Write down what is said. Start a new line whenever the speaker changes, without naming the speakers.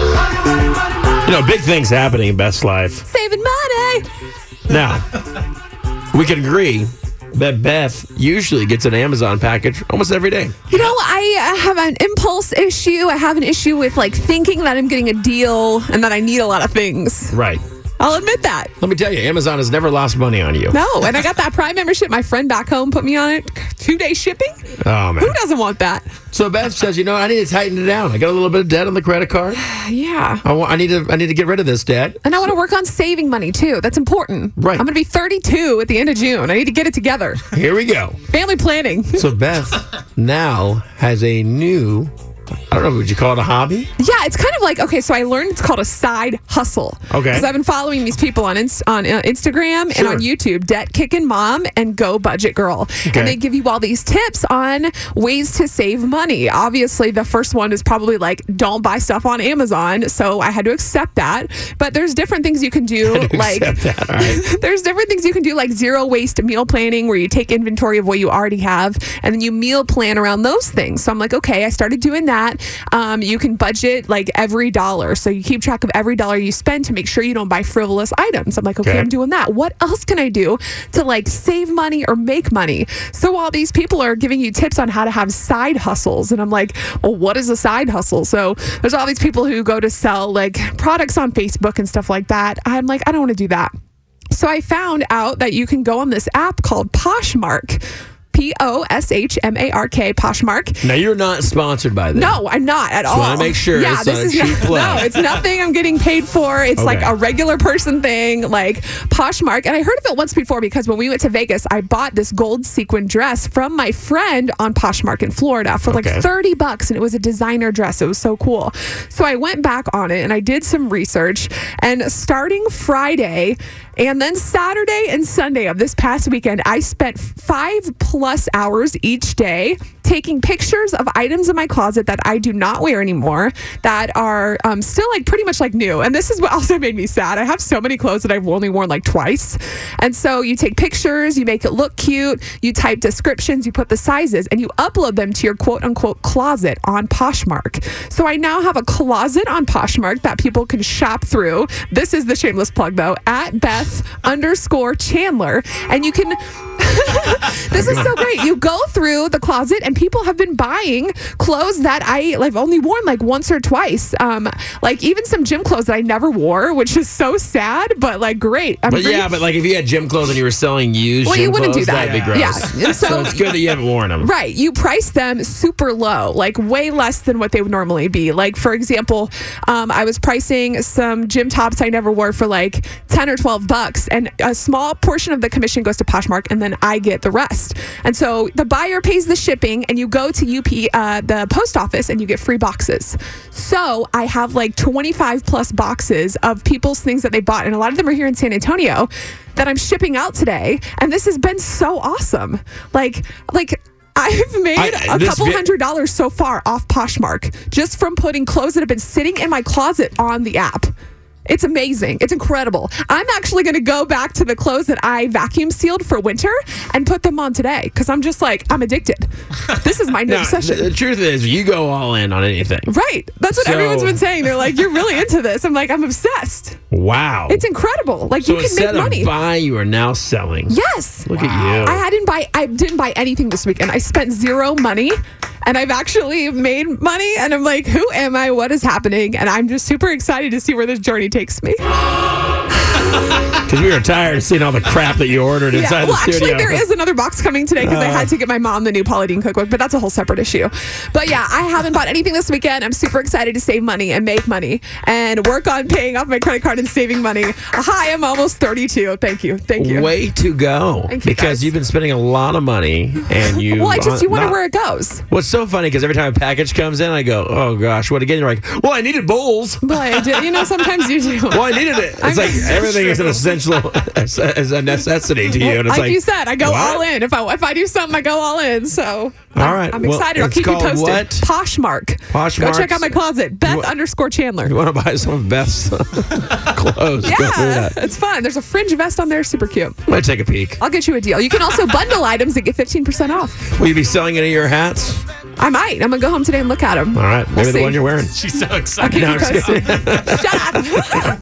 You know, big things happening in Best Life.
Saving money.
Now, we can agree that Beth usually gets an Amazon package almost every day.
You know, I uh, have an impulse issue. I have an issue with like thinking that I'm getting a deal and that I need a lot of things.
Right.
I'll admit that.
Let me tell you, Amazon has never lost money on you.
No, and I got that Prime membership. My friend back home put me on it. Two day shipping.
Oh, man.
Who doesn't want that?
So Beth says, you know, I need to tighten it down. I got a little bit of debt on the credit card.
Yeah.
I, want, I need to I need to get rid of this debt.
And I want to work on saving money too. That's important.
Right.
I'm going to be 32 at the end of June. I need to get it together.
Here we go.
Family planning.
So Beth now has a new I don't know, would you call it a hobby?
Yeah, it's kind of like okay. So I learned it's called a side hustle.
Okay.
Because I've been following these people on Inst- on uh, Instagram and
Sure.
on YouTube, Debt Kicking Mom and Go Budget Girl,
Okay.
and they give you all these tips on ways to save money. Obviously, the first one is probably like don't buy stuff on Amazon. So I had to accept that. But there's different things you can do, like
Accept that. All right.
there's different things you can do like zero waste meal planning where you take inventory of what you already have and then you meal plan around those things so i'm like okay i started doing that um, you can budget like every dollar so you keep track of every dollar you spend to make sure you don't buy frivolous items i'm like okay,
Okay.
i'm doing that what else can i do to like save money or make money so all these people are giving you tips on how to have side hustles and i'm like well what is a side hustle so there's all these people who go to sell like products on facebook and stuff like that i'm like i don't want to do that so I found out that you can go on this app called Poshmark. P O S H M A R K Poshmark.
Now you're not sponsored by this.
No, I'm not at all.
wanna make sure
Yeah,
it's
this
not a
is
cheap plug.
no, it's nothing I'm getting paid for. It's like
Okay.
a regular person thing, like Poshmark. And I heard of it once before because when we went to Vegas, I bought this gold sequin dress from my friend on Poshmark in Florida for like
Okay.
30 bucks and it was a designer dress. It was so cool. So I went back on it and I did some research. And starting Friday and then Saturday and Sunday of this past weekend, I spent five plus hours each day taking pictures of items in my closet that I do not wear anymore that are um, still like pretty much like new. And this is what also made me sad. I have so many clothes that I've only worn like twice. And so you take pictures, you make it look cute, you type descriptions, you put the sizes, and you upload them to your quote unquote closet on Poshmark. So I now have a closet on Poshmark that people can shop through. This is the shameless plug though at Beth underscore Chandler. And you can. this is so great. You go through the closet, and people have been buying clothes that I like only worn like once or twice. Um, like even some gym clothes that I never wore, which is so sad, but like great. I'm
But
really-
yeah, but like if you had gym clothes and you were selling used
Well,
gym
you wouldn't do
clothes,
that.
that'd be
Yeah.
gross.
Yeah. And
So,
so-
it's good that you haven't worn them.
Right. You price them super low, like way less than what they would normally be. Like, for example, um, I was pricing some gym tops I never wore for like 10 or 12 bucks, and a small portion of the commission goes to Poshmark, and then I get the rest. And so the buyer pays the shipping, and you go to UP, uh, the post office, and you get free boxes. So I have like 25 plus boxes of people's things that they bought, and a lot of them are here in San Antonio that I'm shipping out today. And this has been so awesome. Like, like, I've made
I-
a
this
couple
vi-
hundred dollars so far off Poshmark just from putting clothes that have been sitting in my closet on the app. It's amazing. It's incredible. I'm actually going to go back to the clothes that I vacuum sealed for winter and put them on today because I'm just like, I'm addicted. This is my new
Now,
obsession.
the, the truth is, you go all in on anything.
right. That's what
So-
everyone's been saying. They're like, you're really into this. I'm like, I'm obsessed.
Wow.
It's incredible. Like,
so
you can
instead
make money.
of buy, you are now selling.
Yes.
Look at you.
I, I didn't buy I didn't buy anything this weekend. I spent zero money and I've actually made money and I'm like, who am I? What is happening? And I'm just super excited to see where this journey takes me.
Because we were tired of seeing all the crap that you ordered inside
Well,
the studio.
actually, there is another box coming today because I had to get my mom the new Paula Deen cookbook, but that's a whole separate issue. But yeah, I haven't bought anything this weekend. I'm super excited to save money and make money and work on paying off my credit card and saving money. Hi, I'm almost 32. Thank you. Thank you.
Way to go.
Thank you,
because
guys.
you've been spending a lot of money and you.
well, I just you wonder
not-
where it goes.
What's so funny because every time a package comes in, I go, oh gosh, what again? You're like, well, I needed bowls.
But I do- you know, sometimes you do.
Well, I needed it. It's
I'm-
like everything is an essential, as as a necessity to you. And it's
like,
like,
you said, I go
what?
all in. If I if I do something, I go all in. So
All
I'm,
right.
I'm
Well,
excited. I'll
it's
keep you
called
posted.
what?
Poshmark. Go
Poshmark's-
check out my closet. Beth
What-
underscore Chandler.
You want to buy some of Beth's clothes? Go do
yeah,
that.
it's fun. There's a fringe vest on there, super cute.
I'm going to take a peek.
I'll get you a deal. You can also bundle items and get 15% off.
Will you be selling any of your hats?
I might. I'm gonna go home today and look at them.
All right, maybe the
see.
one you're wearing.
She's so excited.
No, I'm just kidding.
Shut up.